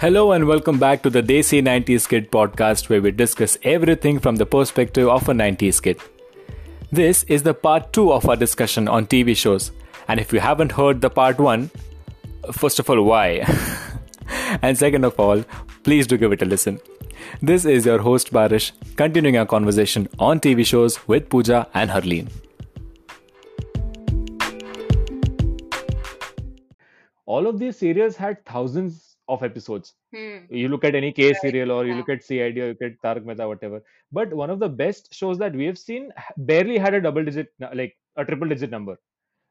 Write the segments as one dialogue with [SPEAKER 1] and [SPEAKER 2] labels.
[SPEAKER 1] Hello and welcome back to the Desi 90s Kid podcast where we discuss everything from the perspective of a 90s kid. This is the part 2 of our discussion on TV shows. And if you haven't heard the part 1, first of all, why? and second of all, please do give it a listen. This is your host Barish continuing our conversation on TV shows with Pooja and Harleen.
[SPEAKER 2] all of these serials had thousands of episodes.
[SPEAKER 3] Hmm.
[SPEAKER 2] You look at any K serial or you
[SPEAKER 3] yeah.
[SPEAKER 2] look at CID or you look at Tarak Mehta, whatever. But one of the best shows that we have seen h- barely had a double digit, nu- like a triple digit number.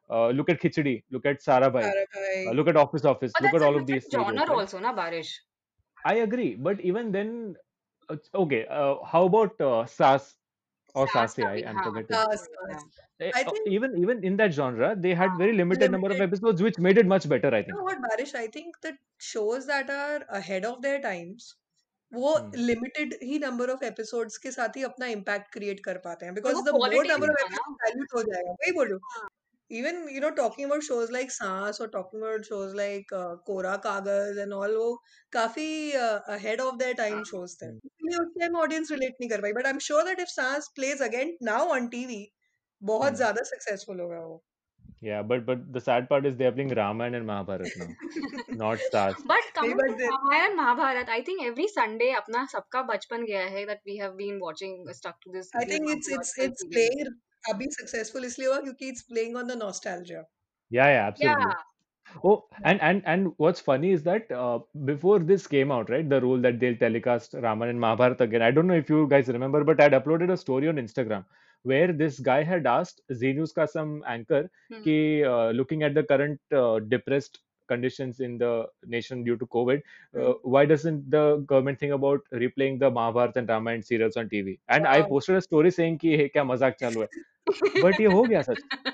[SPEAKER 2] Uh, look at Khichdi, look at Sarabhai, uh,
[SPEAKER 3] Sarabhai.
[SPEAKER 2] look at Office Office,
[SPEAKER 3] But
[SPEAKER 2] look
[SPEAKER 3] that's
[SPEAKER 2] at
[SPEAKER 3] a
[SPEAKER 2] all of
[SPEAKER 3] different
[SPEAKER 2] these serials,
[SPEAKER 3] genre
[SPEAKER 2] right?
[SPEAKER 3] also, na Barish.
[SPEAKER 2] I agree, but even then, uh, okay, uh, how about uh, Sas or
[SPEAKER 3] Saas Uh,
[SPEAKER 2] Sase?
[SPEAKER 3] ka
[SPEAKER 2] I,
[SPEAKER 3] bhi-
[SPEAKER 2] I'm
[SPEAKER 3] हाँ,
[SPEAKER 2] forgetting.
[SPEAKER 3] हाँ,
[SPEAKER 4] Saas,
[SPEAKER 3] हाँ.
[SPEAKER 4] Saas.
[SPEAKER 2] Eh,
[SPEAKER 4] I
[SPEAKER 2] uh,
[SPEAKER 4] think
[SPEAKER 2] Even even in that genre, they had very limited number of
[SPEAKER 4] limited.
[SPEAKER 2] episodes, which made it much better, I
[SPEAKER 4] You
[SPEAKER 2] think.
[SPEAKER 4] know what, Barish? I think that shows that are ahead of their times, वो
[SPEAKER 2] Hmm.
[SPEAKER 4] Limited ही number of episodes के साथ ही अपना impact create कर पाते हैं
[SPEAKER 3] और वो
[SPEAKER 4] because the more
[SPEAKER 3] quality
[SPEAKER 4] number
[SPEAKER 2] Hmm.
[SPEAKER 4] Of
[SPEAKER 3] का ना हाँ।
[SPEAKER 4] एपिसोड डाइल्यूट हो जाएगा वही बोल रही हूँ even you know talking about shows like Saans और talking about shows like Kora Kagaz and all वो काफी uh, ahead of their time
[SPEAKER 3] हाँ,
[SPEAKER 4] शोज थे
[SPEAKER 2] Hmm.
[SPEAKER 4] इसलिए उस टाइम ऑडियंस रिलेट नहीं कर पाई but I am sure that if Saans plays again now on TV बहुत
[SPEAKER 2] Hmm.
[SPEAKER 4] ज्यादा सक्सेसफुल होगा वो
[SPEAKER 2] Yeah, but but the sad part is they are playing Ramayana and Mahabharat now, not Sas.
[SPEAKER 3] But
[SPEAKER 4] नहीं
[SPEAKER 3] coming to
[SPEAKER 4] but
[SPEAKER 3] Ramayana Mahabharat, I think every Sunday अपना सबका बचपन गया है that we have been watching uh, stuck to this
[SPEAKER 4] I
[SPEAKER 3] these
[SPEAKER 4] think it's it's
[SPEAKER 3] mythological serials.
[SPEAKER 4] it's playing अभी successful इसलिए हुआ क्योंकि it's playing on the nostalgia.
[SPEAKER 2] Yeah, yeah,
[SPEAKER 3] Yeah,
[SPEAKER 2] absolutely. Oh, and and and what's funny is that uh, before this came out, right, the rule that they'll telecast Raman and Mahabharata again. I don't know if you guys remember, but I'd uploaded a story on Instagram where this guy had asked Zee News ka some anchor
[SPEAKER 3] Hmm.
[SPEAKER 2] ki, uh, looking at the current uh, depressed conditions in the nation due to COVID, uh,
[SPEAKER 4] Hmm.
[SPEAKER 2] why doesn't the government think about replaying the Mahabharata and Ramayana serials on TV? And I
[SPEAKER 4] Wow.
[SPEAKER 2] posted a story saying कि "Hey, क्या मजाक चालू है? But ये हो गया सच.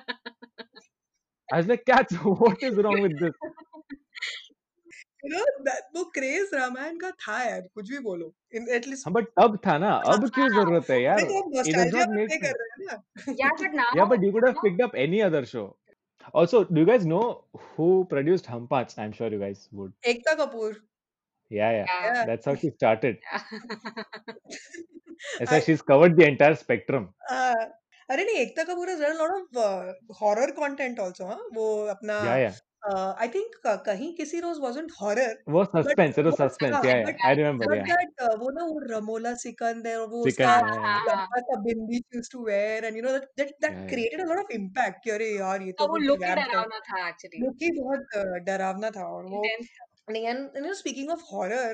[SPEAKER 2] I was like, cats, what is wrong with this?
[SPEAKER 4] You know that वो craze Ramayan का था यार कुछ भी बोलो. In, at least
[SPEAKER 2] हाँ बट अब था ना अब क्यों
[SPEAKER 3] हाँ,
[SPEAKER 2] जरूरत है यार
[SPEAKER 4] अरे तो हम
[SPEAKER 2] it does
[SPEAKER 4] nostalgia
[SPEAKER 2] not
[SPEAKER 4] पे
[SPEAKER 2] make
[SPEAKER 4] play
[SPEAKER 2] sense
[SPEAKER 4] कर रहे हैं
[SPEAKER 3] yeah,
[SPEAKER 4] ना.
[SPEAKER 3] but now
[SPEAKER 2] yeah but you could have
[SPEAKER 3] now
[SPEAKER 2] picked up any other show also do you guys know who produced humpats i'm sure you guys would
[SPEAKER 4] Ekta Kapoor.
[SPEAKER 2] yeah yeah
[SPEAKER 3] yeah,
[SPEAKER 4] Yeah.
[SPEAKER 2] that's how she started
[SPEAKER 3] yeah.
[SPEAKER 2] that's how
[SPEAKER 4] I
[SPEAKER 2] she's covered the entire spectrum
[SPEAKER 4] uh, अरे नहीं Ekta Kapoor has done a lot of uh, horror content also. हाँ वो अपना
[SPEAKER 2] yeah yeah
[SPEAKER 4] uh, I think uh, कहीं किसी रोज wasn't horror
[SPEAKER 2] was
[SPEAKER 4] but
[SPEAKER 2] suspense it was
[SPEAKER 4] was
[SPEAKER 2] suspense
[SPEAKER 4] हाँ
[SPEAKER 2] yeah yeah
[SPEAKER 4] but
[SPEAKER 2] i remember
[SPEAKER 4] but
[SPEAKER 2] yeah
[SPEAKER 4] that uh, वो ना वो रमोला सिकंदर और वो उसका
[SPEAKER 2] chicken yeah yeah
[SPEAKER 3] हाँ,
[SPEAKER 4] लंबा सा बिंदी she used to wear and you know that that that
[SPEAKER 2] yeah, हाँ, yeah.
[SPEAKER 4] created a lot of impact कि अरे यार ये
[SPEAKER 3] और
[SPEAKER 4] तो
[SPEAKER 3] वो
[SPEAKER 4] वो
[SPEAKER 3] look ही
[SPEAKER 4] vamp है
[SPEAKER 3] डरावना था actually,
[SPEAKER 4] लुक ही बहुत uh, डरावना था और वो
[SPEAKER 3] intense था.
[SPEAKER 4] नहीं and you know speaking of horror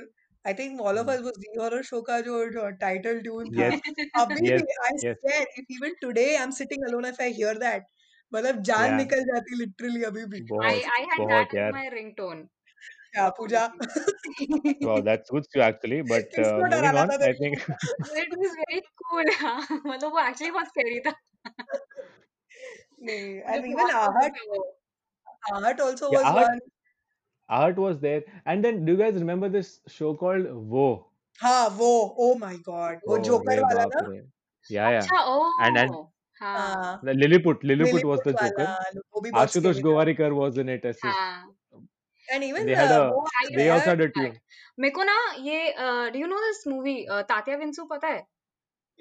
[SPEAKER 4] I think all of
[SPEAKER 2] Hmm.
[SPEAKER 4] us was the horror show का जो, जो title tune था
[SPEAKER 2] yes
[SPEAKER 4] अभी
[SPEAKER 2] yes
[SPEAKER 4] भी I
[SPEAKER 2] yes
[SPEAKER 4] swear if even today I'm sitting alone if I hear that मतलब जान
[SPEAKER 2] yeah
[SPEAKER 4] निकल जाती literally अभी भी
[SPEAKER 3] I
[SPEAKER 2] बहुत
[SPEAKER 3] I had that
[SPEAKER 2] बहुत
[SPEAKER 3] as
[SPEAKER 2] यार
[SPEAKER 3] my ringtone.
[SPEAKER 4] या पूजा
[SPEAKER 2] wow that suits you actually but uh,
[SPEAKER 4] किसको
[SPEAKER 2] moving
[SPEAKER 4] डराना
[SPEAKER 2] on
[SPEAKER 4] था
[SPEAKER 2] i
[SPEAKER 4] तुझे
[SPEAKER 2] think
[SPEAKER 4] Puja
[SPEAKER 3] It was very cool. हाँ. मतलब वो actually बहुत scary था.
[SPEAKER 4] नहीं
[SPEAKER 3] मुझे
[SPEAKER 4] and even
[SPEAKER 3] बहुत पसंद
[SPEAKER 4] आहट
[SPEAKER 3] था वो.
[SPEAKER 4] आहट also
[SPEAKER 2] अच्छा yeah
[SPEAKER 4] was
[SPEAKER 2] art
[SPEAKER 4] one
[SPEAKER 2] art was there and then do you guys remember this show called wo
[SPEAKER 4] हाँ वो ओ माय गॉड वो
[SPEAKER 2] oh
[SPEAKER 4] जोकर
[SPEAKER 2] re
[SPEAKER 4] वाला
[SPEAKER 2] baap
[SPEAKER 4] ना
[SPEAKER 2] re yeah yeah
[SPEAKER 3] अच्छा
[SPEAKER 2] and and
[SPEAKER 3] oh हाँ
[SPEAKER 4] हाँ
[SPEAKER 2] the lilliput lilliput was
[SPEAKER 4] Lilliput
[SPEAKER 2] the
[SPEAKER 4] वाला
[SPEAKER 2] joker
[SPEAKER 4] वो भी बहुत
[SPEAKER 2] ashutosh
[SPEAKER 4] स्केरी था
[SPEAKER 2] govarikar was in it as his
[SPEAKER 3] हाँ
[SPEAKER 4] and even
[SPEAKER 2] they had a
[SPEAKER 4] uh, वो
[SPEAKER 3] I
[SPEAKER 4] आता था
[SPEAKER 2] they also
[SPEAKER 4] यार
[SPEAKER 2] had a
[SPEAKER 3] that.
[SPEAKER 2] tune
[SPEAKER 3] मेरे को ना ये do you know this movie Tatya Vinchu पता है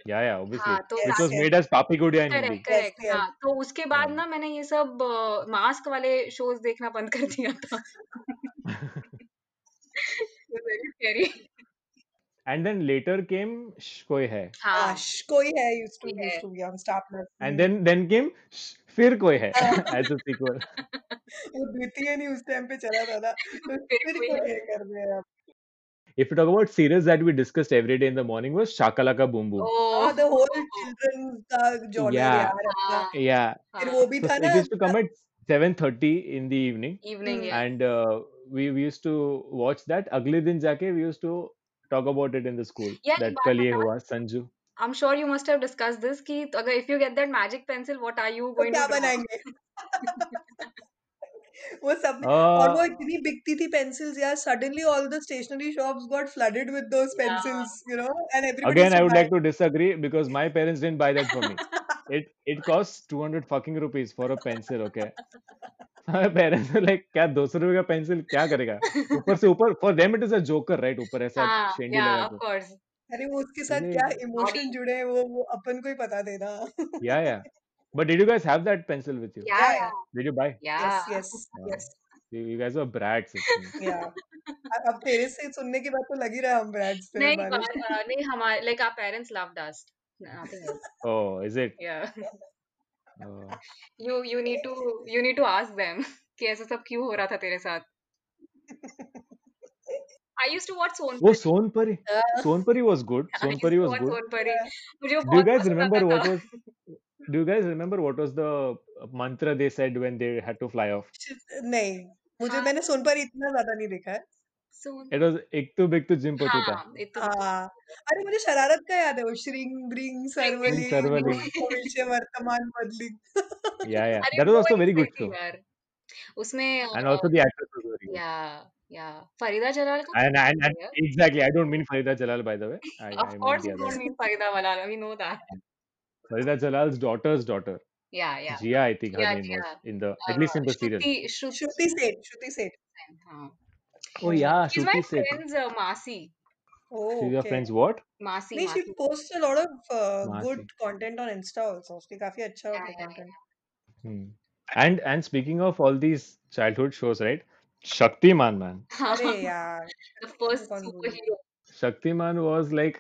[SPEAKER 2] yeah yeah
[SPEAKER 3] हाँ
[SPEAKER 2] obviously
[SPEAKER 3] तो
[SPEAKER 2] which
[SPEAKER 4] yes
[SPEAKER 2] was
[SPEAKER 3] Tatya
[SPEAKER 4] yes
[SPEAKER 2] made as papi gudiya in
[SPEAKER 3] correct
[SPEAKER 2] hindi
[SPEAKER 4] yes
[SPEAKER 3] correct
[SPEAKER 4] yes
[SPEAKER 3] हाँ तो उसके बाद
[SPEAKER 2] yeah
[SPEAKER 3] ना मैंने ये सब मास्क वाले शोज देखना बंद कर दिया था very scary
[SPEAKER 2] and then later came Shh koi hai
[SPEAKER 3] हाँ
[SPEAKER 4] आश कोई है यूज्ड टू
[SPEAKER 3] कोई है
[SPEAKER 4] used to be on Star Plus
[SPEAKER 2] and then then came Shh, fir koi hai as a sequel
[SPEAKER 4] वो द्वितीय नहीं उस टाइम पे चला था ना तो
[SPEAKER 3] फिर
[SPEAKER 4] फिर
[SPEAKER 3] कोई
[SPEAKER 4] को
[SPEAKER 3] है
[SPEAKER 4] ये कर दे अब
[SPEAKER 2] if you talk about series that we discussed every day in the morning was shakalaka boom boom
[SPEAKER 4] हाँ
[SPEAKER 3] ओ
[SPEAKER 4] द होल चिल्ड्रन का जॉनर
[SPEAKER 2] yeah
[SPEAKER 4] यार अपना
[SPEAKER 3] हाँ
[SPEAKER 2] yeah
[SPEAKER 4] फिर वो
[SPEAKER 3] हाँ
[SPEAKER 4] भी
[SPEAKER 2] so
[SPEAKER 4] था
[SPEAKER 2] it
[SPEAKER 4] ना
[SPEAKER 2] used to come at 7.30 in the evening
[SPEAKER 3] evening
[SPEAKER 4] hmm
[SPEAKER 3] या
[SPEAKER 2] and uh, we, we used to watch that अगले दिन जाके we used to talk about it in the school
[SPEAKER 3] यार एक
[SPEAKER 2] that
[SPEAKER 3] बात
[SPEAKER 2] कल ये
[SPEAKER 3] बता
[SPEAKER 2] हुआ Sanju
[SPEAKER 3] I'm sure you must have discussed this कि तो अगर if you get that magic pencil, what are you
[SPEAKER 4] तो
[SPEAKER 3] going to
[SPEAKER 4] क्या
[SPEAKER 3] draw?
[SPEAKER 4] बनाएंगे वो सब और
[SPEAKER 2] uh,
[SPEAKER 4] वो इतनी बिकती थी पेंसिल्स यार suddenly all the stationery shops got flooded with those
[SPEAKER 3] Yeah.
[SPEAKER 4] Pencils you know and everybody
[SPEAKER 2] again I
[SPEAKER 4] used to
[SPEAKER 2] would
[SPEAKER 4] buy
[SPEAKER 2] like to disagree because my parents didn't buy that for me it it costs 200 fucking rupees for a pencil okay हमारे parents like क्या दो सौ रुपए का pencil क्या करेगा ऊपर से ऊपर for them it is a joker right ऊपर ऐसा
[SPEAKER 3] हाँ
[SPEAKER 2] शेंडी
[SPEAKER 3] या
[SPEAKER 2] लगा
[SPEAKER 3] ऑफ
[SPEAKER 2] के
[SPEAKER 3] कोर्स
[SPEAKER 4] अरे वो उसके साथ
[SPEAKER 2] अरे
[SPEAKER 4] क्या इमोशन जुड़े हैं वो वो अपन को ही पता देना
[SPEAKER 2] yeah yeah but did you guys have that pencil with you
[SPEAKER 3] yeah
[SPEAKER 4] yeah yeah
[SPEAKER 3] yeah
[SPEAKER 2] did you buy
[SPEAKER 3] yeah
[SPEAKER 4] yes yes yes
[SPEAKER 2] you guys are brats actually
[SPEAKER 4] yeah
[SPEAKER 3] हाँ।
[SPEAKER 4] अब तेरे से सुनने के बाद तो लग ही रहा है हम ब्रैड्स पे
[SPEAKER 3] नहीं
[SPEAKER 4] हमारे
[SPEAKER 3] but, uh, नहीं हमारे like our parents loved us nothing else
[SPEAKER 2] oh is it
[SPEAKER 3] yeah
[SPEAKER 2] oh
[SPEAKER 3] you you need to you need to ask them कि ऐसा सब क्यों हो रहा था तेरे साथ तो I used to watch
[SPEAKER 2] वो
[SPEAKER 3] Sonpari
[SPEAKER 2] Sonpari Sonpari was good
[SPEAKER 3] I used
[SPEAKER 2] Sonpari
[SPEAKER 3] to
[SPEAKER 2] was
[SPEAKER 3] watch
[SPEAKER 2] good
[SPEAKER 3] Sonpari मुझे
[SPEAKER 2] do
[SPEAKER 3] वो
[SPEAKER 2] you
[SPEAKER 3] बहुत
[SPEAKER 2] guys
[SPEAKER 3] पसंद
[SPEAKER 2] remember
[SPEAKER 3] आता था
[SPEAKER 2] what was do you guys remember what was the mantra they said when they had to fly off
[SPEAKER 4] नहीं मुझे
[SPEAKER 3] हाँ
[SPEAKER 4] मैंने सोन पर इतना ज्यादा नहीं देखा है
[SPEAKER 3] सोन
[SPEAKER 2] it was ek tu big tu jim patuta
[SPEAKER 3] हाँ एक तो
[SPEAKER 4] हाँ अरे मुझे शरारत का याद है वो श्रीं ब्रीं
[SPEAKER 3] Ring, ring,
[SPEAKER 2] ring
[SPEAKER 4] सर्वलिंग
[SPEAKER 2] sarvaling
[SPEAKER 4] भविष्य वर्तमान बदलिंग
[SPEAKER 2] yeah yeah
[SPEAKER 3] तो अरे
[SPEAKER 2] that was
[SPEAKER 3] वो
[SPEAKER 2] also
[SPEAKER 3] वाली
[SPEAKER 2] very good
[SPEAKER 3] सही थी
[SPEAKER 2] show
[SPEAKER 3] यार उसमें
[SPEAKER 2] and
[SPEAKER 3] uh,
[SPEAKER 2] also the actress was very good
[SPEAKER 3] yeah yeah Farida Jalal का
[SPEAKER 2] and, and, and
[SPEAKER 3] है यार
[SPEAKER 2] exactly i don't mean farida jalal by the way i
[SPEAKER 3] Of
[SPEAKER 2] i meant
[SPEAKER 3] course,
[SPEAKER 2] the
[SPEAKER 3] we
[SPEAKER 2] other
[SPEAKER 3] don't
[SPEAKER 2] one
[SPEAKER 3] mean Farida Walal. We know that.
[SPEAKER 2] farida jalal's daughter's daughter
[SPEAKER 3] Yeah, yeah.
[SPEAKER 2] jia i think her
[SPEAKER 3] Yeah,
[SPEAKER 2] name was
[SPEAKER 3] yeah.
[SPEAKER 2] in the at least
[SPEAKER 3] Uh,
[SPEAKER 2] in the serial
[SPEAKER 3] Shruti, Shruti.
[SPEAKER 4] श्रुति सेठ श्रुति Seth
[SPEAKER 3] Huh.
[SPEAKER 2] oh
[SPEAKER 4] hmm
[SPEAKER 2] yeah
[SPEAKER 3] She's my
[SPEAKER 2] shruti said
[SPEAKER 3] friend's uh, Masi.
[SPEAKER 2] she's Oh, your
[SPEAKER 4] okay
[SPEAKER 2] friend's what
[SPEAKER 3] Masi,
[SPEAKER 4] नहीं she
[SPEAKER 3] Masi.
[SPEAKER 4] Post a lot of good
[SPEAKER 2] Masi.
[SPEAKER 4] Content on Insta also उसके काफी अच्छा
[SPEAKER 3] Yeah,
[SPEAKER 4] होता है
[SPEAKER 3] yeah,
[SPEAKER 4] content
[SPEAKER 2] Hmm. And and speaking of all these childhood shows, right? Shaktiman man.
[SPEAKER 4] अरे
[SPEAKER 3] yeah.
[SPEAKER 4] यार
[SPEAKER 3] the
[SPEAKER 4] Shaktimaan
[SPEAKER 3] first
[SPEAKER 4] कौन भूलेगा
[SPEAKER 3] superhero.
[SPEAKER 2] Shaktiman was like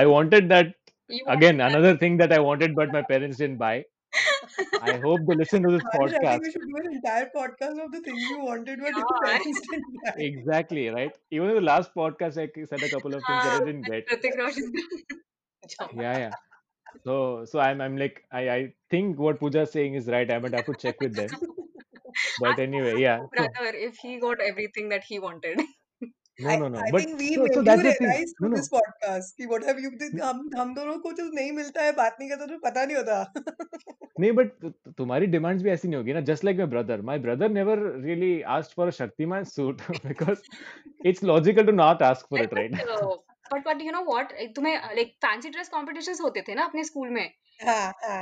[SPEAKER 2] I wanted that
[SPEAKER 3] You wanted
[SPEAKER 2] again, another thing that I wanted but my parents didn't buy. I hope they listen to this
[SPEAKER 4] Manish, I
[SPEAKER 2] podcast.
[SPEAKER 4] think we should do an entire podcast of the things you wanted but your
[SPEAKER 3] that.
[SPEAKER 4] parents didn't buy.
[SPEAKER 2] Exactly, right? Even in the last podcast I said a couple of things that I
[SPEAKER 3] Yeah.
[SPEAKER 2] didn't get.
[SPEAKER 3] Hrithik Roshan. Jump.
[SPEAKER 2] Yeah, yeah. So so I'm I'm like I, I think what Pooja's saying is right. I might have to check with them. But
[SPEAKER 3] Ask
[SPEAKER 2] anyway, yeah. So
[SPEAKER 3] my brother if he got everything that he wanted.
[SPEAKER 2] no
[SPEAKER 4] I,
[SPEAKER 2] no no.
[SPEAKER 4] I
[SPEAKER 2] But
[SPEAKER 4] think we
[SPEAKER 2] so so
[SPEAKER 4] made you
[SPEAKER 2] that's the thing.
[SPEAKER 4] realize
[SPEAKER 2] No Hmm.
[SPEAKER 4] through
[SPEAKER 2] no.
[SPEAKER 4] this podcast कि what have you हम हम दोनों को जब नहीं मिलता है बात नहीं करते तो पता नहीं होता
[SPEAKER 2] नहीं बट तुम्हारी डिमांड्स भी ऐसी नहीं होगी ना just like my brother my brother never really asked for a Shaktimaan suit because it's logical to not ask for
[SPEAKER 3] अरे
[SPEAKER 2] it right
[SPEAKER 3] but but but you know what Eh, तुम्हें लाइक फैंसी ड्रेस कॉम्पिटिशन्स होते थे ना अपने school में
[SPEAKER 4] हाँ हाँ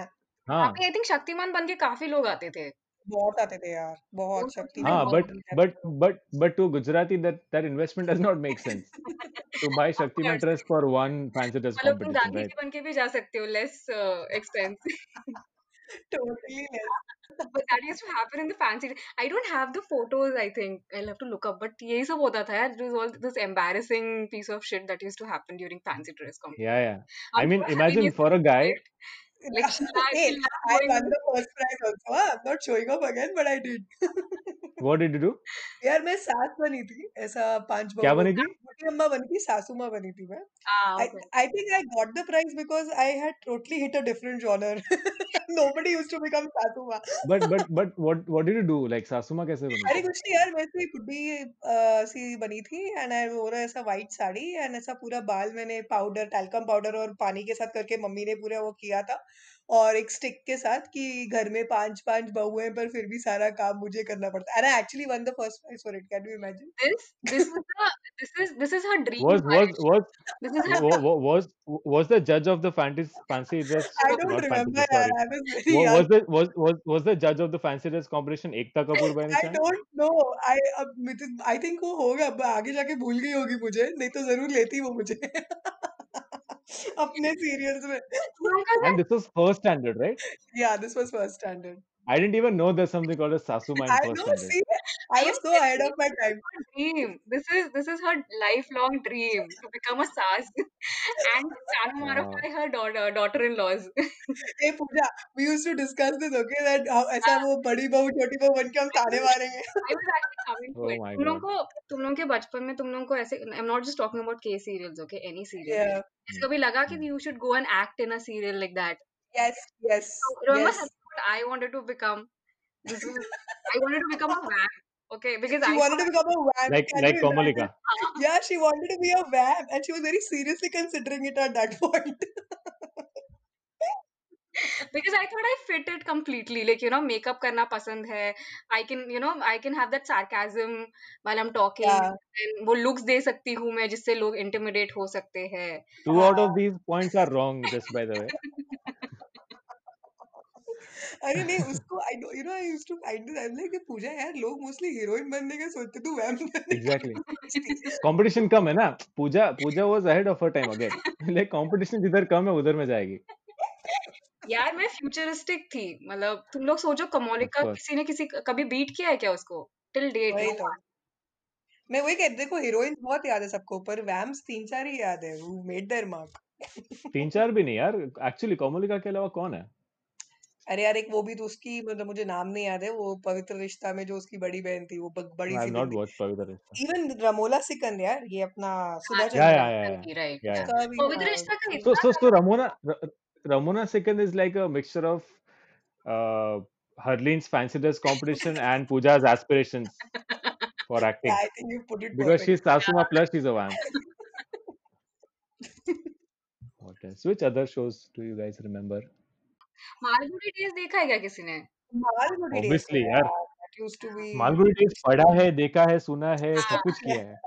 [SPEAKER 3] वहाँ
[SPEAKER 2] हाँ
[SPEAKER 3] पे आई थिंक शक्तिमान बन के काफी लोग आते थे
[SPEAKER 4] बहुत आते थे यार बहुत
[SPEAKER 3] बहुत कुछ
[SPEAKER 4] शक्तिमान
[SPEAKER 2] हाँ
[SPEAKER 3] लोग
[SPEAKER 2] बट
[SPEAKER 4] बहुत
[SPEAKER 2] बट
[SPEAKER 4] आते
[SPEAKER 2] but but to Gujarati that that investment does not make sense to buy
[SPEAKER 3] Of
[SPEAKER 2] Shaktimaan
[SPEAKER 3] course.
[SPEAKER 2] Dress for one fancy dress
[SPEAKER 3] मतलब तुम
[SPEAKER 2] competition
[SPEAKER 3] गांधी
[SPEAKER 2] right
[SPEAKER 3] जी बन के भी जा सकते हो eh, less expensive
[SPEAKER 4] totally less
[SPEAKER 3] but that used to happen in the fancy I don't have the photos I think I have to look up but यही सब होता था यार this all this embarrassing piece of shit that used to happen during fancy dress
[SPEAKER 2] yeah yeah i
[SPEAKER 3] competition I am
[SPEAKER 2] mean
[SPEAKER 3] so happy
[SPEAKER 2] imagine
[SPEAKER 3] we
[SPEAKER 2] for a guy
[SPEAKER 3] right like Sheila
[SPEAKER 4] hey
[SPEAKER 3] Sheila
[SPEAKER 4] I
[SPEAKER 3] going
[SPEAKER 4] won the first prize also हाँ, I'm not showing off again but I did
[SPEAKER 2] what did you do
[SPEAKER 4] यार मैं सास बनी थी ऐसा पांच
[SPEAKER 2] क्या
[SPEAKER 4] बहुओं
[SPEAKER 2] बनी थी
[SPEAKER 4] मोटी अम्मा बनी थी सासू माँ बनी थी मैं
[SPEAKER 3] ah
[SPEAKER 4] I
[SPEAKER 3] okay
[SPEAKER 4] I think I got the prize because I had totally hit a different genre. Nobody used to become Sasu Ma.
[SPEAKER 2] but but but what what did you do like सासुमा कैसे बनी
[SPEAKER 4] अरे
[SPEAKER 2] थी
[SPEAKER 4] कुछ नहीं यार मैं तो गुड्डी अ, सी बनी थी एंड आई वो ऐसा वाइट साड़ी एंड ऐसा पूरा बाल मैंने पाउडर टैल्कम पाउडर और पानी के साथ करके मम्मी ने पूरा वो किया था और एक स्टिक के साथ कि घर में पांच पांच बहू हैं पर फिर भी सारा काम मुझे करना पड़ता है and I actually won the first prize for it can you imagine
[SPEAKER 3] this this is the this is this is her dream
[SPEAKER 2] was was
[SPEAKER 3] marriage
[SPEAKER 2] was
[SPEAKER 3] this is her
[SPEAKER 2] wa- wa- was was the judge of the fantasy fancy dress
[SPEAKER 4] I
[SPEAKER 3] no
[SPEAKER 4] don't
[SPEAKER 2] not fancy
[SPEAKER 4] remember
[SPEAKER 2] dress
[SPEAKER 4] यार
[SPEAKER 2] sorry
[SPEAKER 4] I was very
[SPEAKER 2] Wa-
[SPEAKER 4] young
[SPEAKER 2] was the was was was the judge of the fancy dress competition Ekta Kapoor by any
[SPEAKER 4] I
[SPEAKER 2] chance
[SPEAKER 4] don't know I अब I think वो होगा अब आगे जाके भूल गई होगी मुझे नहीं तो जरूर लेती वो मुझे अपने सीरियल्स में
[SPEAKER 3] oh my god
[SPEAKER 2] and this was first standard right
[SPEAKER 4] yeah this was first standard
[SPEAKER 2] I didn't even know there's something called as Sasuma in
[SPEAKER 4] I
[SPEAKER 2] first
[SPEAKER 4] know
[SPEAKER 2] standard
[SPEAKER 4] see
[SPEAKER 3] I
[SPEAKER 4] I
[SPEAKER 3] am
[SPEAKER 4] was so
[SPEAKER 3] telling
[SPEAKER 4] ahead
[SPEAKER 3] you,
[SPEAKER 4] of my
[SPEAKER 3] this is
[SPEAKER 4] time
[SPEAKER 3] her dream. This is this is her lifelong dream to become a sas and
[SPEAKER 2] wow
[SPEAKER 3] Sanu Marufai, her daughter daughter-in-laws.
[SPEAKER 4] hey Pooja we used to discuss this okay that how ऐसा वो बड़ी बहू छोटी बहू बन के हम ताने मारेंगे
[SPEAKER 3] I was actually coming to
[SPEAKER 2] oh
[SPEAKER 3] it.
[SPEAKER 2] my
[SPEAKER 3] तुम लोग
[SPEAKER 2] god
[SPEAKER 3] को तुम लोगों के बचपन में तुम लोगों को ऐसे I am not just talking about के serials okay any serial
[SPEAKER 4] yeah
[SPEAKER 2] Hmm.
[SPEAKER 3] ऐसे कभी लगा
[SPEAKER 2] Hmm.
[SPEAKER 3] कि you should go and act in a serial like that
[SPEAKER 4] yes yes
[SPEAKER 3] remember
[SPEAKER 4] yes
[SPEAKER 3] what I wanted to become this was I wanted to become a man okay because
[SPEAKER 4] she
[SPEAKER 3] I
[SPEAKER 4] wanted to become a vamp
[SPEAKER 2] like
[SPEAKER 4] can
[SPEAKER 2] like
[SPEAKER 4] you imagine
[SPEAKER 2] Komalika
[SPEAKER 4] yeah she wanted to be a vamp and she was very seriously considering it at that point
[SPEAKER 3] because I thought I fit it completely. Like, you know, makeup karna pasand hai. I can, you know, I can have that sarcasm while I'm talking.
[SPEAKER 4] yeah
[SPEAKER 3] And वो looks दे सकती हूँ मैं जिससे लोग intimidate हो सकते हैं
[SPEAKER 2] two out
[SPEAKER 4] हाँ
[SPEAKER 2] of these points are wrong just by the way
[SPEAKER 4] अरे नहीं उसको I do you know I used to I I like Pooja यार लोग मोस्टली हीरोइन बनने का सोचते तू वैम्प बनने का
[SPEAKER 2] एग्जैक्टली
[SPEAKER 4] सोचती
[SPEAKER 2] कंपटीशन कम है ना Pooja Pooja was ahead of her time again like competition जिधर कम है उधर में जाएगी
[SPEAKER 3] यार मैं फ्यूचरिस्टिक थी मतलब तुम लोग सोचो कमोले
[SPEAKER 2] ऑफ
[SPEAKER 3] का
[SPEAKER 2] कोर्स
[SPEAKER 3] किसी ने किसी कभी बीट किया है क्या उसको टिल डेट
[SPEAKER 4] वही
[SPEAKER 3] नो
[SPEAKER 4] तो मैं वही कहती देखो हीरोइंस बहुत याद है सबको पर वैम्स तीन चार ही याद है हु मेड देयर मार्क
[SPEAKER 2] तीन चार भी नहीं यार एक्चुअली कोमोलिका के अलावा कौन है
[SPEAKER 4] अरे यार एक वो भी तो उसकी मतलब मुझे नाम नहीं याद है वो पवित्र रिश्ता में जो उसकी बड़ी बहन थी वो बग, बड़ी
[SPEAKER 2] I have
[SPEAKER 4] see
[SPEAKER 2] not
[SPEAKER 4] building
[SPEAKER 2] watch Pavitra Rishta
[SPEAKER 4] even Ramola Sikand यार ये अपना सुधा
[SPEAKER 2] या
[SPEAKER 4] चंद्रन
[SPEAKER 2] या या या
[SPEAKER 3] राइट
[SPEAKER 2] या या
[SPEAKER 4] उसका भी
[SPEAKER 3] हाँ, पवित्र
[SPEAKER 4] नाम
[SPEAKER 3] रिश्ता का
[SPEAKER 2] So so
[SPEAKER 3] इतना
[SPEAKER 2] so
[SPEAKER 3] सारा
[SPEAKER 2] Ramona R- Ramona second is like a mixture of uh Harleen's fancy dress competition and Pooja's aspirations for acting
[SPEAKER 4] I think you put it
[SPEAKER 2] because she's
[SPEAKER 4] perfect
[SPEAKER 2] Sasuma plus she's a vamp. What else? Which other shows do you guys remember?
[SPEAKER 3] Malgudi days देखा है क्या किसी ने
[SPEAKER 4] Malgudi days
[SPEAKER 2] Obviously,
[SPEAKER 4] यार
[SPEAKER 2] यार
[SPEAKER 4] that used to be
[SPEAKER 2] Malgudi days पढ़ा है देखा है सुना है सब कुछ किया है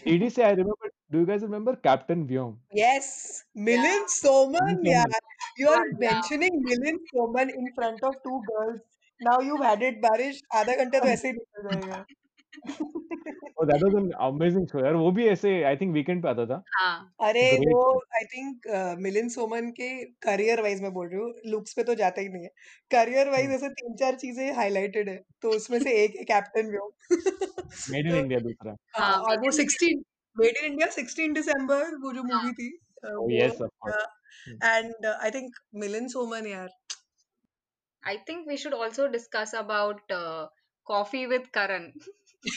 [SPEAKER 2] TD से I remember. Do you guys remember Captain Vyom?
[SPEAKER 4] Yes,
[SPEAKER 3] या
[SPEAKER 2] Viren
[SPEAKER 4] Milind Soman, yeah.
[SPEAKER 2] Somani.
[SPEAKER 4] You are
[SPEAKER 3] या
[SPEAKER 4] mentioning Milind Soman in front of two girls. Now you've had it, Barish. आधा घंटा तो ऐसे ही निकल जाएगा
[SPEAKER 2] Oh, that was an amazing show. यार वो भी ऐसे I think weekend पे आता था.
[SPEAKER 3] हाँ
[SPEAKER 4] अरे वो
[SPEAKER 2] Great show.
[SPEAKER 4] I think Milind Soman के करियर वाइज मैं बोल रही हूँ लुक्स पे तो जाता ही नहीं है करियर वाइज
[SPEAKER 2] Hmm.
[SPEAKER 4] ऐसे तीन चार चीजें हाईलाइटेड है तो उसमें से एक है कैप्टन व्यू
[SPEAKER 2] Made in
[SPEAKER 4] तो
[SPEAKER 2] India दूसरा.
[SPEAKER 4] हाँ
[SPEAKER 3] हाँ
[SPEAKER 4] और
[SPEAKER 3] मेड इन
[SPEAKER 4] वो
[SPEAKER 3] India
[SPEAKER 4] sixteen made in India sixteen दिसंबर वो जो मूवी थी अ,
[SPEAKER 2] Oh
[SPEAKER 4] वो uh,
[SPEAKER 2] yes, of course. Hmm.
[SPEAKER 4] And I think Milind Soman यार
[SPEAKER 3] I think we should also discuss about uh, coffee with Karan.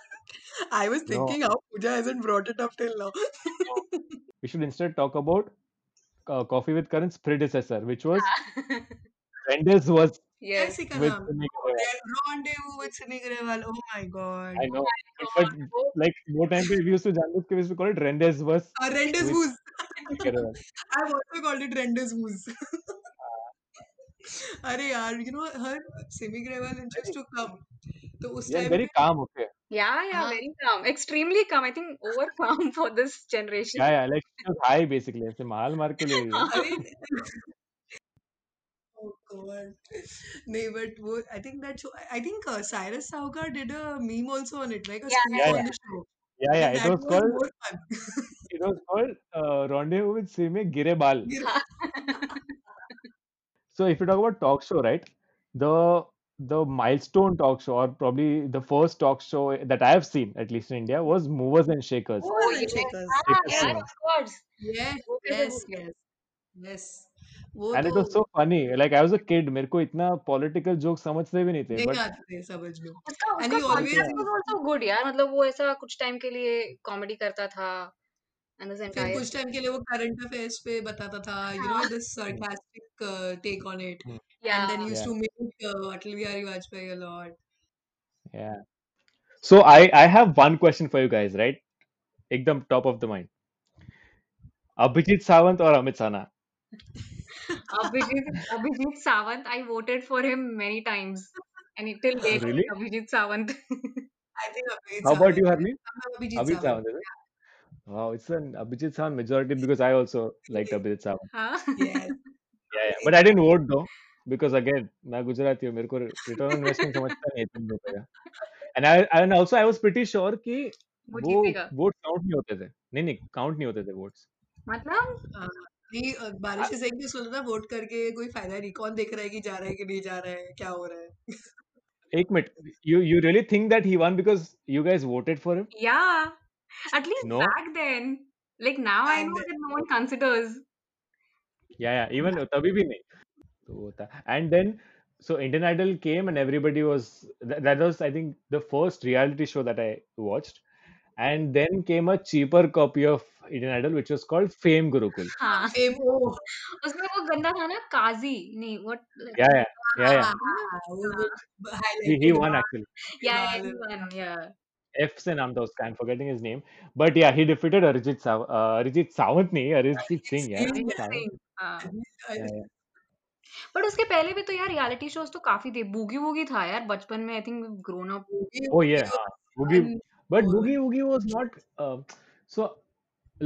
[SPEAKER 4] I was
[SPEAKER 2] No,
[SPEAKER 4] thinking how Pooja hasn't brought it up till now.
[SPEAKER 2] no. We should instead talk about uh, Coffee with Karan's predecessor, which was Rendez was
[SPEAKER 3] yes.
[SPEAKER 4] Kaisi ka
[SPEAKER 2] with
[SPEAKER 4] naam?
[SPEAKER 2] Sunny
[SPEAKER 4] Oh,
[SPEAKER 2] Grewal.
[SPEAKER 4] Re- Rendezvous with Sunny Grewal. Oh my god.
[SPEAKER 2] I
[SPEAKER 3] Oh
[SPEAKER 2] know,
[SPEAKER 3] my
[SPEAKER 2] but, but
[SPEAKER 3] god. Oh,
[SPEAKER 2] like more time we used to Janus, we used to call it Rendez was
[SPEAKER 4] Uh,
[SPEAKER 2] with
[SPEAKER 4] rendezvous.
[SPEAKER 2] Sunny Grewal.
[SPEAKER 4] I've also called it rendezvous.
[SPEAKER 2] Uh.
[SPEAKER 4] अरे यार, you know her Simi Grewal
[SPEAKER 2] Very,
[SPEAKER 4] used to come. तो उस
[SPEAKER 2] yeah,
[SPEAKER 4] time
[SPEAKER 2] very
[SPEAKER 4] पे
[SPEAKER 2] calm. Okay,
[SPEAKER 3] yeah, yeah,
[SPEAKER 4] हाँ
[SPEAKER 3] very calm. Extremely calm. I think over calm for this generation.
[SPEAKER 2] yeah, yeah. Like she was high basically. ऐसे माल मार के ले रही है.
[SPEAKER 4] अरे Oh God. नहीं but वो I think that show I think uh, Cyrus Saukar did a meme also on it like a
[SPEAKER 3] Yeah,
[SPEAKER 4] spoof
[SPEAKER 2] Yeah,
[SPEAKER 3] yeah,
[SPEAKER 2] yeah, yeah,
[SPEAKER 4] on the show
[SPEAKER 2] yeah.
[SPEAKER 4] and
[SPEAKER 2] It
[SPEAKER 4] that
[SPEAKER 2] was
[SPEAKER 4] was
[SPEAKER 2] called
[SPEAKER 4] more fun.
[SPEAKER 2] it was called uh, Rendezvous with Sunny Grewal.
[SPEAKER 3] yeah. Huh.
[SPEAKER 2] So if you talk about talk show, right? The the milestone talk show, or probably the first talk show that I have seen, at least in India, was Movers and Shakers.
[SPEAKER 3] oh,
[SPEAKER 4] Movers and
[SPEAKER 3] yes.
[SPEAKER 4] shakers.
[SPEAKER 3] Ah,
[SPEAKER 2] Shakers
[SPEAKER 3] yeah,
[SPEAKER 4] Yes,
[SPEAKER 2] Singers.
[SPEAKER 3] of course.
[SPEAKER 4] yes,
[SPEAKER 3] वो कैसे
[SPEAKER 4] yes,
[SPEAKER 3] भूल गए?
[SPEAKER 4] yes. Yes. वो
[SPEAKER 2] And
[SPEAKER 4] तो
[SPEAKER 2] it was so funny. Like I was a kid, मेरे को इतना political joke समझते भी नहीं थे
[SPEAKER 4] नहीं
[SPEAKER 2] बट
[SPEAKER 4] आते थे समझ
[SPEAKER 3] उसका
[SPEAKER 4] में एंड
[SPEAKER 3] उसका
[SPEAKER 4] ही
[SPEAKER 2] लेकिन
[SPEAKER 4] always
[SPEAKER 3] concept was also good यार मतलब वो ऐसा कुछ टाइम के लिए कॉमेडी करता था एंड दिस
[SPEAKER 4] फिर
[SPEAKER 3] एंटायर
[SPEAKER 4] कुछ टाइम के लिए वो करंट अफेयर्स पे बताता था you know this sarcastic uh, take on it
[SPEAKER 3] या
[SPEAKER 4] and then use
[SPEAKER 2] yeah
[SPEAKER 4] to make Atal Bihari Vajpayee a lot
[SPEAKER 2] yeah. So I I have one question for you guys, right? एकदम top of the mind. Abhijit Sawant और Amit Sana.
[SPEAKER 3] Abhijit Abhijit Sawant, I voted for him many times, and he- till date
[SPEAKER 2] Really?
[SPEAKER 3] Abhijit Sawant.
[SPEAKER 4] I think Abhijit
[SPEAKER 2] How about
[SPEAKER 4] Sawant
[SPEAKER 2] you, Harleen?
[SPEAKER 4] Abhijit
[SPEAKER 2] Abhijit
[SPEAKER 4] Sawant
[SPEAKER 2] Sawant, is it? Wow, it's an Abhijit Sawant majority because I also liked Abhijit Sawant.
[SPEAKER 3] हाँ
[SPEAKER 4] yes
[SPEAKER 2] Yeah, yeah. But I
[SPEAKER 4] एक
[SPEAKER 2] didn't vote though because again, मैं गुजराती हूँ मेरे को return on investment समझता नहीं है तुम लोगों का and I and also I was pretty sure कि
[SPEAKER 3] वो
[SPEAKER 2] वो
[SPEAKER 3] जीतेगा
[SPEAKER 2] votes count नहीं होते थे नहीं नहीं count नहीं होते थे votes
[SPEAKER 3] मतलब
[SPEAKER 4] हाँ, नहीं अ,
[SPEAKER 2] आ-
[SPEAKER 4] बारिश से एक सुन रहा वोट करके कोई फायदा नहीं कौन देख रहा है कि जा रहा है कि नहीं जा रहा है क्या हो रहा है
[SPEAKER 2] एक minute you you really think that he won because you guys voted for him
[SPEAKER 3] yeah at least
[SPEAKER 2] no
[SPEAKER 3] back then like now I
[SPEAKER 4] back
[SPEAKER 3] know that no one considers
[SPEAKER 2] yeah yeah even तभी भी नहीं तो वो था and then so Indian Idol came and everybody was that, that was I think the first reality show that I watched and then came a cheaper copy of Indian Idol which was called Fame Gurukul
[SPEAKER 3] हाँ
[SPEAKER 4] Fame ओ
[SPEAKER 3] उसमें वो गंदा था ना काजी नहीं what like
[SPEAKER 2] yeah yeah yeah yeah
[SPEAKER 4] हाँ
[SPEAKER 3] था
[SPEAKER 4] हाँ, वो
[SPEAKER 3] हाँ
[SPEAKER 4] वो
[SPEAKER 2] he, he
[SPEAKER 4] highlighted
[SPEAKER 2] won actually
[SPEAKER 3] yeah yeah
[SPEAKER 4] बाल
[SPEAKER 3] he won yeah
[SPEAKER 2] F से नाम था उसका I'm forgetting his name but yeah he defeated Arijit Sav uh, Arijit Sawant नहीं Arijit
[SPEAKER 4] अरिजीत
[SPEAKER 2] Singh यार
[SPEAKER 4] सिंह
[SPEAKER 3] Arijit
[SPEAKER 2] Sawant
[SPEAKER 3] Singh हाँ
[SPEAKER 2] yeah,
[SPEAKER 4] अर-
[SPEAKER 2] yeah.
[SPEAKER 3] बट उसके पहले भी तो यार रियलिटी शोज तो काफी थे बूगी वूगी था यार बचपन में I think grown up
[SPEAKER 4] Boogie
[SPEAKER 2] Oh
[SPEAKER 4] Woogie
[SPEAKER 2] yeah,
[SPEAKER 4] was
[SPEAKER 2] huh. Boogie.
[SPEAKER 4] fun.
[SPEAKER 2] But
[SPEAKER 4] Oh,
[SPEAKER 2] Boogie Woogie was not. Uh, so.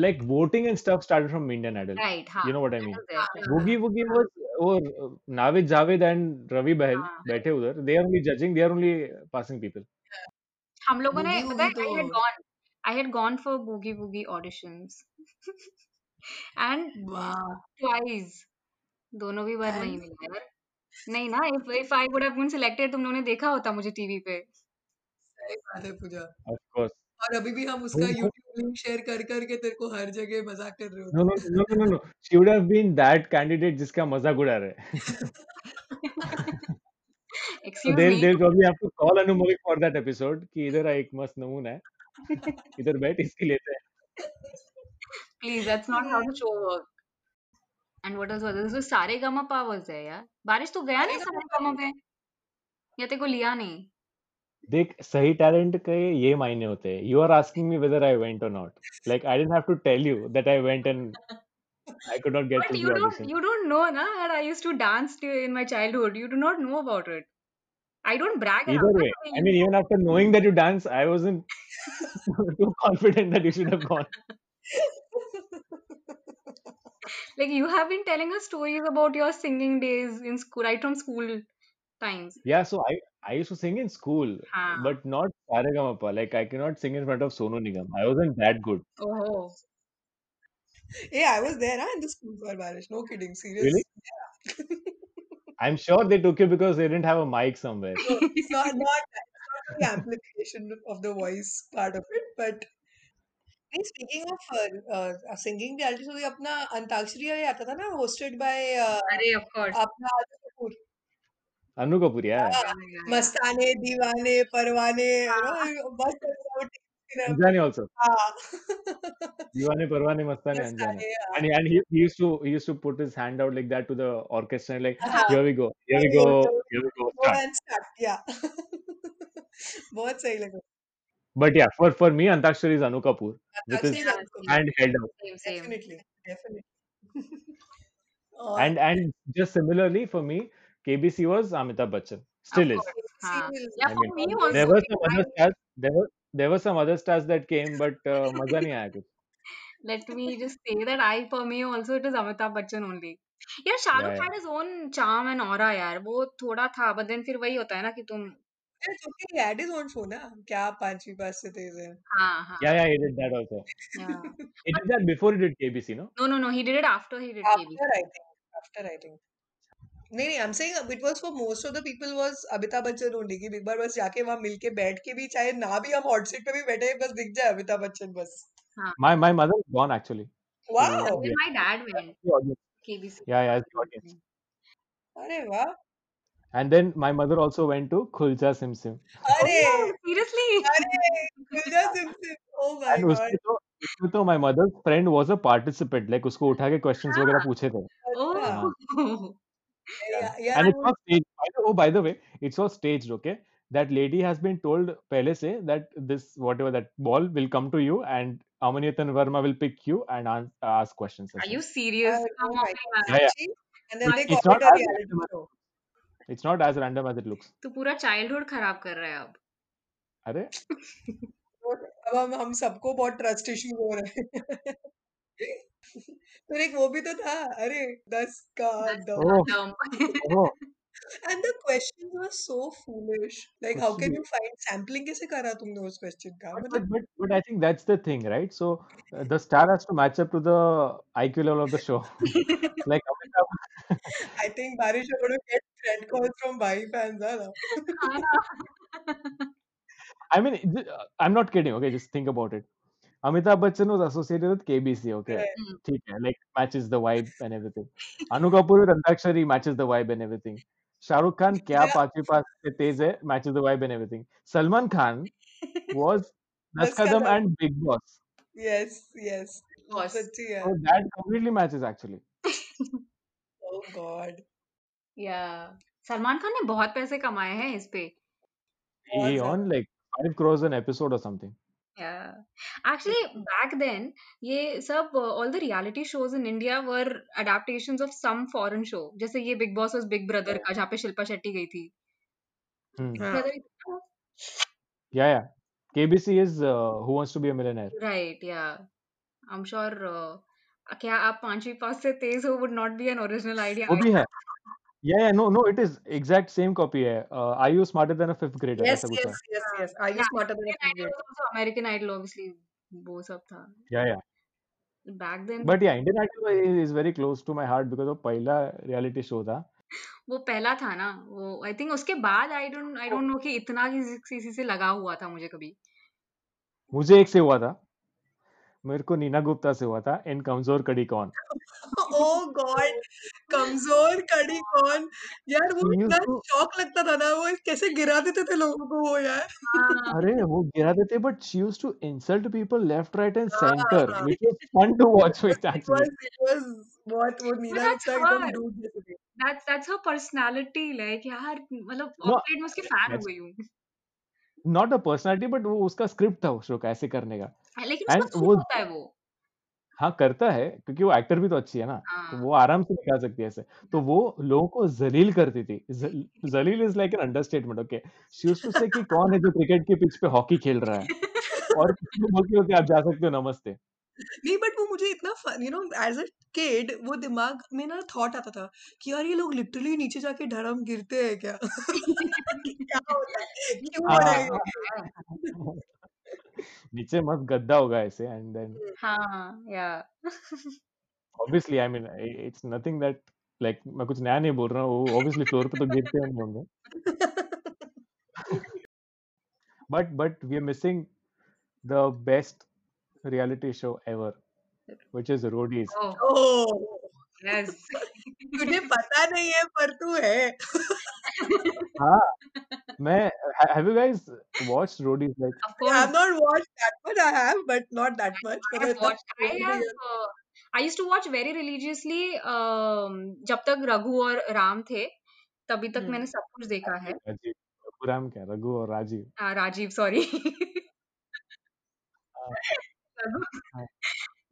[SPEAKER 2] like voting and stuff started from Indian Idol.
[SPEAKER 3] Right, हाँ। huh?
[SPEAKER 2] You know what I mean?
[SPEAKER 3] There, correct.
[SPEAKER 2] Boogie Woogie was or uh, Navid Javed and Ravi Bahal
[SPEAKER 3] हाँ,
[SPEAKER 2] बैठे उधर. They are only judging. They are only uh, passing people.
[SPEAKER 3] हम लोगों ने
[SPEAKER 4] boogie
[SPEAKER 3] पता है I
[SPEAKER 4] woogie तो
[SPEAKER 3] had gone I had gone for boogie boogie auditions and
[SPEAKER 4] वाह
[SPEAKER 3] ट्वाइस दोनों भी बार नहीं
[SPEAKER 4] एंड
[SPEAKER 3] मिला यार नहीं ना if if I would have been selected तुम लोगों ने देखा होता मुझे टीवी पे
[SPEAKER 4] सही बात है पूजा
[SPEAKER 2] Of course.
[SPEAKER 4] और अभी भी हम उसका
[SPEAKER 2] Who- who-
[SPEAKER 4] YouTube link share कर करके तेरे को हर जगह मजाक कर रहे
[SPEAKER 2] No, no,
[SPEAKER 4] होते
[SPEAKER 2] no, no, no, no. She would have been that candidate जिसका मजाक उड़ा रहे. So
[SPEAKER 3] excuse
[SPEAKER 2] they'll
[SPEAKER 3] me
[SPEAKER 2] they'll probably have to call Anumoli for that episode. कि इधर आ एक मस्त नमूना है. इधर बैठ तो इसकी लेते हैं.
[SPEAKER 3] Please that's not how the show work and what is this was Sa Re Ga Ma powers है यार बारिश तो गया
[SPEAKER 4] सारे
[SPEAKER 3] नहीं
[SPEAKER 4] का
[SPEAKER 3] सारे
[SPEAKER 4] पापा
[SPEAKER 3] गामा पे या तेरे को लिया नहीं
[SPEAKER 2] देख सही टैलेंट के ये मायने होते हैं. You are asking me whether I went or not. Like I didn't have to tell you that I went and I could not get
[SPEAKER 3] But
[SPEAKER 2] to
[SPEAKER 3] you
[SPEAKER 2] the
[SPEAKER 3] don't
[SPEAKER 2] audition.
[SPEAKER 3] you don't know na that I used to dance to, in my childhood. You do not know about it. I don't brag
[SPEAKER 2] Either
[SPEAKER 3] around na
[SPEAKER 2] way, I
[SPEAKER 3] to you.
[SPEAKER 2] mean, even after knowing that you dance, I wasn't too confident that you should have gone.
[SPEAKER 3] Like you have been telling us stories about your singing days in school right from school times.
[SPEAKER 2] Yeah, so I I used to sing in school,
[SPEAKER 3] Huh.
[SPEAKER 2] but not Saregamapa. Like I cannot sing in front of Sonu Nigam. I wasn't that good.
[SPEAKER 3] Oh.
[SPEAKER 4] Hey, I was there, huh, in the school for Barish. No kidding,
[SPEAKER 2] Really?
[SPEAKER 4] serious.
[SPEAKER 2] I'm sure they took you because they didn't have a mic somewhere.
[SPEAKER 4] No, it's not not that. It's not for the amplification of the voice part of it, but नहीं uh, speaking of singing reality show अपना अंताक्षरी ये आता था ना hosted by
[SPEAKER 3] Arey, of course.
[SPEAKER 4] अपना Aditya Kapoor
[SPEAKER 2] Anu Kapoor, yeah.
[SPEAKER 4] हाँ,
[SPEAKER 3] Yeah, yeah, yeah.
[SPEAKER 4] मस्ताने दीवाने परवाने you
[SPEAKER 3] हाँ.
[SPEAKER 4] know, बस ऐसा वो टिक- टिक-
[SPEAKER 2] Anjane also.
[SPEAKER 4] हाँ
[SPEAKER 2] Diwane Parwane Mastane Anjane.
[SPEAKER 4] मस्ताने हाँ
[SPEAKER 2] And and he, he used to he used to put his hand out like that to the orchestra and like
[SPEAKER 4] हाँ
[SPEAKER 2] here we go, here
[SPEAKER 4] और
[SPEAKER 2] we
[SPEAKER 4] ये
[SPEAKER 2] go,
[SPEAKER 4] जो
[SPEAKER 2] here we go,
[SPEAKER 4] go
[SPEAKER 2] start.
[SPEAKER 4] and start yeah बहुत सही लगा
[SPEAKER 2] But yeah, for for me, Antakshari is Anu Kapoor with his
[SPEAKER 4] Antakshari
[SPEAKER 3] Yeah,
[SPEAKER 4] जानू
[SPEAKER 3] same.
[SPEAKER 4] Kapoor
[SPEAKER 2] hand held out.
[SPEAKER 3] हाँ, Same, same.
[SPEAKER 4] Definitely definitely और
[SPEAKER 2] And and just similarly for me, KBC was Amitabh Bachchan.
[SPEAKER 3] Of
[SPEAKER 2] Still is.
[SPEAKER 3] course.
[SPEAKER 4] KBC
[SPEAKER 3] Huh.
[SPEAKER 4] Will
[SPEAKER 3] Yeah,
[SPEAKER 2] I
[SPEAKER 3] for
[SPEAKER 2] mean, um,
[SPEAKER 3] हाँ। me
[SPEAKER 4] always
[SPEAKER 2] there
[SPEAKER 3] also.
[SPEAKER 2] were
[SPEAKER 3] Like
[SPEAKER 2] some other stars. There were there were some other stars that came, but uh, maza
[SPEAKER 3] I
[SPEAKER 2] nahi aaya kuch.
[SPEAKER 3] let me just say that I for me also it is Amitabh Bachchan only. यार Shahrukh
[SPEAKER 2] Yeah, yeah.
[SPEAKER 3] had his own charm and aura यार वो थोड़ा था but then फिर वही होता है ना कि तुम
[SPEAKER 4] It's okay, he had his own show, na? क्या आप पांचवी पास से तेज हैं?
[SPEAKER 3] हाँ हाँ
[SPEAKER 2] Yeah, yeah, he did that also.
[SPEAKER 3] yeah
[SPEAKER 2] He
[SPEAKER 3] but
[SPEAKER 2] did that before he did KBC, no?
[SPEAKER 3] no no no he did it after he did
[SPEAKER 4] After I
[SPEAKER 3] KBC
[SPEAKER 4] think, after I think. नहीं नहीं I'm saying it was for most of the people was Amitabh Bachchan only कि एक बार बस जाके वहां मिलके बैठ के भी चाहे ना भी हम हॉट सीट पे भी बैठे बस दिख जाए अमिताभ बच्चन बस
[SPEAKER 3] हाँ
[SPEAKER 2] My my mother is gone actually to
[SPEAKER 3] that's
[SPEAKER 4] wow
[SPEAKER 3] where
[SPEAKER 2] the
[SPEAKER 3] my dad went
[SPEAKER 2] the audience.
[SPEAKER 3] KBC
[SPEAKER 2] Yeah, yeah, as the audience.
[SPEAKER 4] अरे वाह
[SPEAKER 2] And then my mother also went to Khulja Sim Sim.
[SPEAKER 3] oh
[SPEAKER 4] अरे
[SPEAKER 3] yeah seriously
[SPEAKER 4] अरे गुलजार सिमसिम oh my
[SPEAKER 2] And उसमें
[SPEAKER 4] god
[SPEAKER 2] तो उसमें तो my mother's friend was a participant. Like उसको उठा के questions वगैरह
[SPEAKER 3] हाँ
[SPEAKER 2] पूछे थे.
[SPEAKER 4] अच्छा
[SPEAKER 2] हाँ.
[SPEAKER 3] oh
[SPEAKER 2] Yeah.
[SPEAKER 4] या यार
[SPEAKER 2] And
[SPEAKER 4] I
[SPEAKER 2] it's
[SPEAKER 4] was
[SPEAKER 2] all staged. By the, oh, by the way, it's all staged, okay? That lady has been told pehle se that this, whatever, that ball will come to you and Amaniyatan Verma will pick you and an- ask questions
[SPEAKER 3] are you
[SPEAKER 2] actually.
[SPEAKER 3] serious come on
[SPEAKER 4] oh my
[SPEAKER 3] man
[SPEAKER 2] Yeah, yeah.
[SPEAKER 4] सच्ची and then
[SPEAKER 2] It,
[SPEAKER 4] they
[SPEAKER 2] it's
[SPEAKER 4] call
[SPEAKER 2] not
[SPEAKER 4] it a
[SPEAKER 2] as
[SPEAKER 4] reality
[SPEAKER 2] random as
[SPEAKER 4] show
[SPEAKER 2] it's not as random as it looks.
[SPEAKER 3] तू पूरा childhood खराब कर रहा है अब
[SPEAKER 2] अरे
[SPEAKER 4] अब हम हम सबको बहुत ट्रस्ट इश्यू हो रहे हैं फिर एक वो भी तो था अरे दस का
[SPEAKER 3] That's
[SPEAKER 4] दम
[SPEAKER 2] oh,
[SPEAKER 3] dumb.
[SPEAKER 2] oh,
[SPEAKER 4] and the questions were so foolish. Like, how
[SPEAKER 2] कुछ
[SPEAKER 4] can
[SPEAKER 2] भी.
[SPEAKER 4] you find sampling? कैसे करा तुमने उस question का?
[SPEAKER 2] But
[SPEAKER 4] मतलब
[SPEAKER 2] but but but I think that's the thing, right? So uh, the star has to match up to the IQ level of the show. like Amitabh,
[SPEAKER 4] I think Barish are going to get thread calls from Bhai fans, huh? now?
[SPEAKER 3] हाँ ना
[SPEAKER 2] I mean, it- uh, I'm not kidding. Okay, just think about it. Amitabh Bachchan was associated with KBC. Okay,
[SPEAKER 4] Right.
[SPEAKER 3] Hmm.
[SPEAKER 2] ठीक है, like matches the vibe and everything. Anu Kapoor with Antakshari matches the vibe and everything. Shah Rukh Khan क्या
[SPEAKER 4] Yeah,
[SPEAKER 2] पांचवी पास से तेज है matches the vibe and everything. Salman Khan was दस
[SPEAKER 4] बस का
[SPEAKER 2] कदम
[SPEAKER 4] दम.
[SPEAKER 2] and Big Boss.
[SPEAKER 4] Yes, yes.
[SPEAKER 3] boss
[SPEAKER 4] सच्ची है.
[SPEAKER 2] So that completely matches actually.
[SPEAKER 4] Oh God,
[SPEAKER 3] yeah Salman Khan ने बहुत पैसे कमाए हैं इस पे
[SPEAKER 2] He,
[SPEAKER 4] बहुत
[SPEAKER 2] he
[SPEAKER 4] ज़्यादा.
[SPEAKER 2] earned like five crores an episode or something.
[SPEAKER 3] Yeah. Actually, back then, ये सब uh, all the reality shows in India were adaptations of some foreign show. जैसे ये Big Boss was Big Brother का जहाँ पे शिल्पा शेट्टी गई थी.
[SPEAKER 2] Hmm.
[SPEAKER 4] हाँ.
[SPEAKER 3] Brother,
[SPEAKER 2] Yeah, yeah. KBC is uh, Who Wants to Be a Millionaire.
[SPEAKER 3] right? Yeah. I am sure क्या आप पांचवी पास से तेज हो वुड नॉट बी एन
[SPEAKER 2] वो
[SPEAKER 3] ओरिजिनल
[SPEAKER 2] भी
[SPEAKER 3] आइडिया
[SPEAKER 2] है या या no no it is exact same copy है Uh, I you smarter than a fifth grader
[SPEAKER 4] yes
[SPEAKER 2] ऐसा कुछ है
[SPEAKER 4] yes yes yes are you
[SPEAKER 3] या
[SPEAKER 4] smarter than a
[SPEAKER 3] Indian
[SPEAKER 4] fifth
[SPEAKER 3] Idol was also American Idol obviously वो सब था
[SPEAKER 2] या या
[SPEAKER 3] back then
[SPEAKER 2] but yeah Indian Idol is very close to my heart because वो पहला रियलिटी शो था
[SPEAKER 3] वो पहला था ना वो आई थिंक उसके बाद I don't I don't know कि इतना किसी किसी से लगा हुआ था मुझे कभी
[SPEAKER 2] मुझे एक से हुआ था मेरे को नीना गुप्ता से हुआ था इन कमजोर कड़ी कौन
[SPEAKER 4] ओ गॉड कमजोर कड़ी कौन यार वो
[SPEAKER 2] शी यूज
[SPEAKER 4] इतना
[SPEAKER 2] टू
[SPEAKER 4] शौक लगता था ना वो कैसे गिरा देते थे लोगों को वो यार
[SPEAKER 3] हाँ
[SPEAKER 2] अरे वो गिरा देते but she use to insult people left right and centre
[SPEAKER 4] हाँ
[SPEAKER 2] which was fun to watch with
[SPEAKER 4] it
[SPEAKER 2] actually
[SPEAKER 4] was it was बहुत वो
[SPEAKER 3] बट
[SPEAKER 4] नीना
[SPEAKER 3] दैट्स
[SPEAKER 4] गुप्ता एकदम
[SPEAKER 3] हर
[SPEAKER 4] डूब जैसे थे
[SPEAKER 3] that's that's her personality like यार मतलब
[SPEAKER 2] नो
[SPEAKER 3] ऑफलाइन में उसके फैन हो गई हूँ
[SPEAKER 2] नॉट अ पर्सनालिटी बट वो उसका स्क्रिप्ट था उस शो का ऐसे करने का
[SPEAKER 3] लेकिन उसको
[SPEAKER 2] एंड
[SPEAKER 3] सूट
[SPEAKER 2] वो
[SPEAKER 3] होता है वो
[SPEAKER 2] हाँ करता है क्योंकि वो एक्टर भी तो अच्छी है ना तो
[SPEAKER 3] हाँ
[SPEAKER 2] वो आराम से निकाल सकती है ऐसे तो वो लोगों को जलील करती थी ज- जलील is like an understatement okay she used to say कि कौन है जो क्रिकेट के पिच पे हॉकी खेल रहा है और उसको बोलती होती आप जा सकते हो नमस्ते
[SPEAKER 4] नहीं बट वो मुझे इतना fun you know as a kid वो दिमाग में ना थॉट आता था कि यार ये लोग लिटरली नीचे जाके धड़म गिरते हैं क्या कि क्या होता है
[SPEAKER 3] ये
[SPEAKER 4] क्यों
[SPEAKER 3] सच
[SPEAKER 4] हो रहा
[SPEAKER 3] में
[SPEAKER 2] हाँ
[SPEAKER 4] है
[SPEAKER 3] होता है
[SPEAKER 4] ये
[SPEAKER 2] नीचे मस्त गद्दा होगा ऐसे एंड देन
[SPEAKER 3] हाँ या
[SPEAKER 2] obviously I mean it's nothing that like मैं कुछ नया नहीं बोल रहा हूँ वो ऑब्वियसली फ्लोर पे तो गिरते हैं हम लोग but but we are missing the best reality show ever which is roadies
[SPEAKER 3] oh
[SPEAKER 4] oh
[SPEAKER 3] yes
[SPEAKER 4] तुझे पता नहीं है पर तू है
[SPEAKER 2] हाँ मैं have you guys watched roadies like
[SPEAKER 3] of
[SPEAKER 4] I
[SPEAKER 3] course
[SPEAKER 4] have not watched that much I have but not that much
[SPEAKER 3] I
[SPEAKER 4] मतलब
[SPEAKER 3] have
[SPEAKER 4] इतना
[SPEAKER 3] watched. I
[SPEAKER 4] follow नहीं
[SPEAKER 3] have.
[SPEAKER 4] है
[SPEAKER 3] Uh, I used to watch very religiously. Um, जब तक रघु और राम थे, तभी तक
[SPEAKER 4] हम्म
[SPEAKER 3] मैंने सब कुछ देखा है।
[SPEAKER 2] राजीव राजीव रघुराम क्या रघु और राजीव
[SPEAKER 3] हाँ, राजीव सॉरी
[SPEAKER 2] हाँ, हाँ,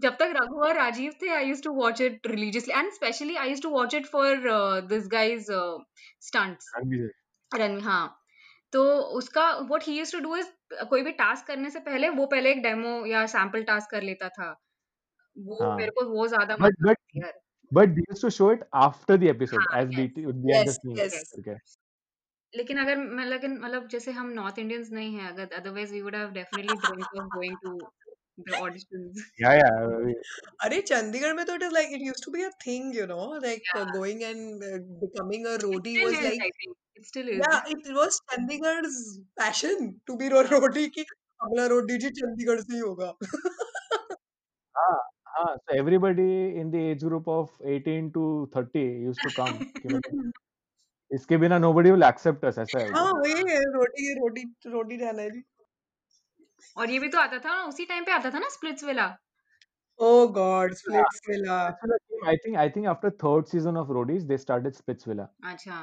[SPEAKER 3] जब तक रघु और राजीव थे आई use to watch it religiously and specially I use to watch it for this guys uh, stunts
[SPEAKER 2] Ranveer.
[SPEAKER 3] Run हाँ तो उसका what he use to do is कोई भी टास्क करने से पहले वो पहले एक डेमो या सैंपल टास्क कर लेता था वो मेरे
[SPEAKER 2] हाँ
[SPEAKER 3] को वो ज्यादा
[SPEAKER 2] but
[SPEAKER 3] मजा
[SPEAKER 2] but
[SPEAKER 3] आती यार
[SPEAKER 2] but they used to show it after the episode
[SPEAKER 3] हाँ
[SPEAKER 2] as
[SPEAKER 3] यस
[SPEAKER 2] BT behind the
[SPEAKER 4] यस
[SPEAKER 2] scenes
[SPEAKER 4] यस
[SPEAKER 3] यस
[SPEAKER 2] करके
[SPEAKER 3] लेकिन अगर मैं लेकिन मतलब जैसे हम नॉर्थ इंडियंस नहीं है अगर otherwise we would have definitely drink of going to the auditions
[SPEAKER 2] yeah yeah we-
[SPEAKER 4] अरे चंडीगढ़ में तो it is like it used to be a thing you know like
[SPEAKER 3] yeah
[SPEAKER 4] going and becoming a
[SPEAKER 3] it
[SPEAKER 4] roadie
[SPEAKER 3] still
[SPEAKER 4] was
[SPEAKER 3] is
[SPEAKER 4] like
[SPEAKER 3] I think it still is
[SPEAKER 4] Yeah, it was Chandigarh's passion to be ro- roti ki अगला रोटी जी चंडीगढ़ से ही होगा
[SPEAKER 2] हाँ हाँ so everybody in the age group of 18 to 30 used to come कि मतलब इसके बिना nobody will accept us ऐसा है
[SPEAKER 4] हाँ
[SPEAKER 2] उधर
[SPEAKER 4] वही है रोटी रोटी रोटी रहना है जी
[SPEAKER 3] और ये भी तो आता था ना उसी टाइम पे आता था ना स्प्लिट्स वाला
[SPEAKER 4] oh God Splitsvilla
[SPEAKER 2] Spitsvilla came, I think I think after third season of Roadies they started Spitsvilla
[SPEAKER 3] अच्छा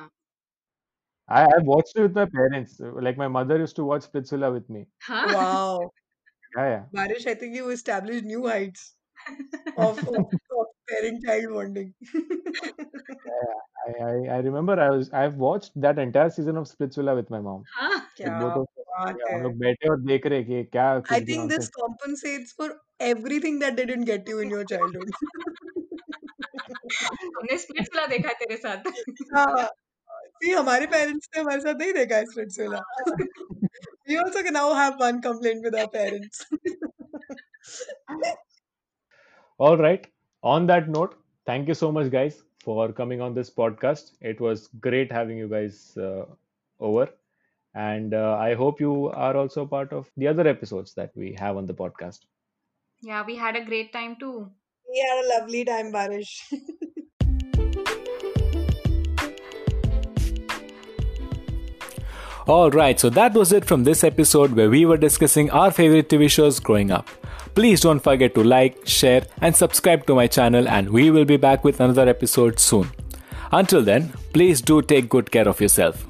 [SPEAKER 2] I, I watched it with my parents. Like my mother used to watch Splitsvilla with me.
[SPEAKER 3] हाँ
[SPEAKER 4] wow
[SPEAKER 2] Yeah,
[SPEAKER 4] बारिश I think you establish new heights
[SPEAKER 2] yeah.
[SPEAKER 4] of of of parent child bonding
[SPEAKER 2] I, I, I remember I was I've watched that entire season of Splitsvilla with my mom.
[SPEAKER 3] हाँ
[SPEAKER 4] क्या
[SPEAKER 2] Like both of us, yeah,
[SPEAKER 4] बात
[SPEAKER 2] तो हम
[SPEAKER 4] है
[SPEAKER 2] लोग बैठे और देख रहे कि क्या
[SPEAKER 4] I
[SPEAKER 2] कुछ भी
[SPEAKER 4] think this
[SPEAKER 2] nonsense.
[SPEAKER 4] compensates for everything that they didn't get you in your childhood
[SPEAKER 3] हमने स्प्लिट्स वाला देखा है तेरे साथ
[SPEAKER 4] हाँ see हमारे parents ने हमारे साथ नहीं देखा है Splitsvilla we also can now have one complaint with our parents
[SPEAKER 2] All right. On that note, thank you so much, guys, for coming on this podcast. It was great having you guys uh, over, and uh, I hope you are also part of the other episodes that we have on the podcast.
[SPEAKER 3] Yeah we had a great time to
[SPEAKER 4] we had a lovely time barish
[SPEAKER 5] Alright, so that was it from this episode where we were discussing our favorite TV shows growing up. Please don't forget to like, share, and subscribe to my channel, and we will be back with another episode soon. Until then, please do take good care of yourself.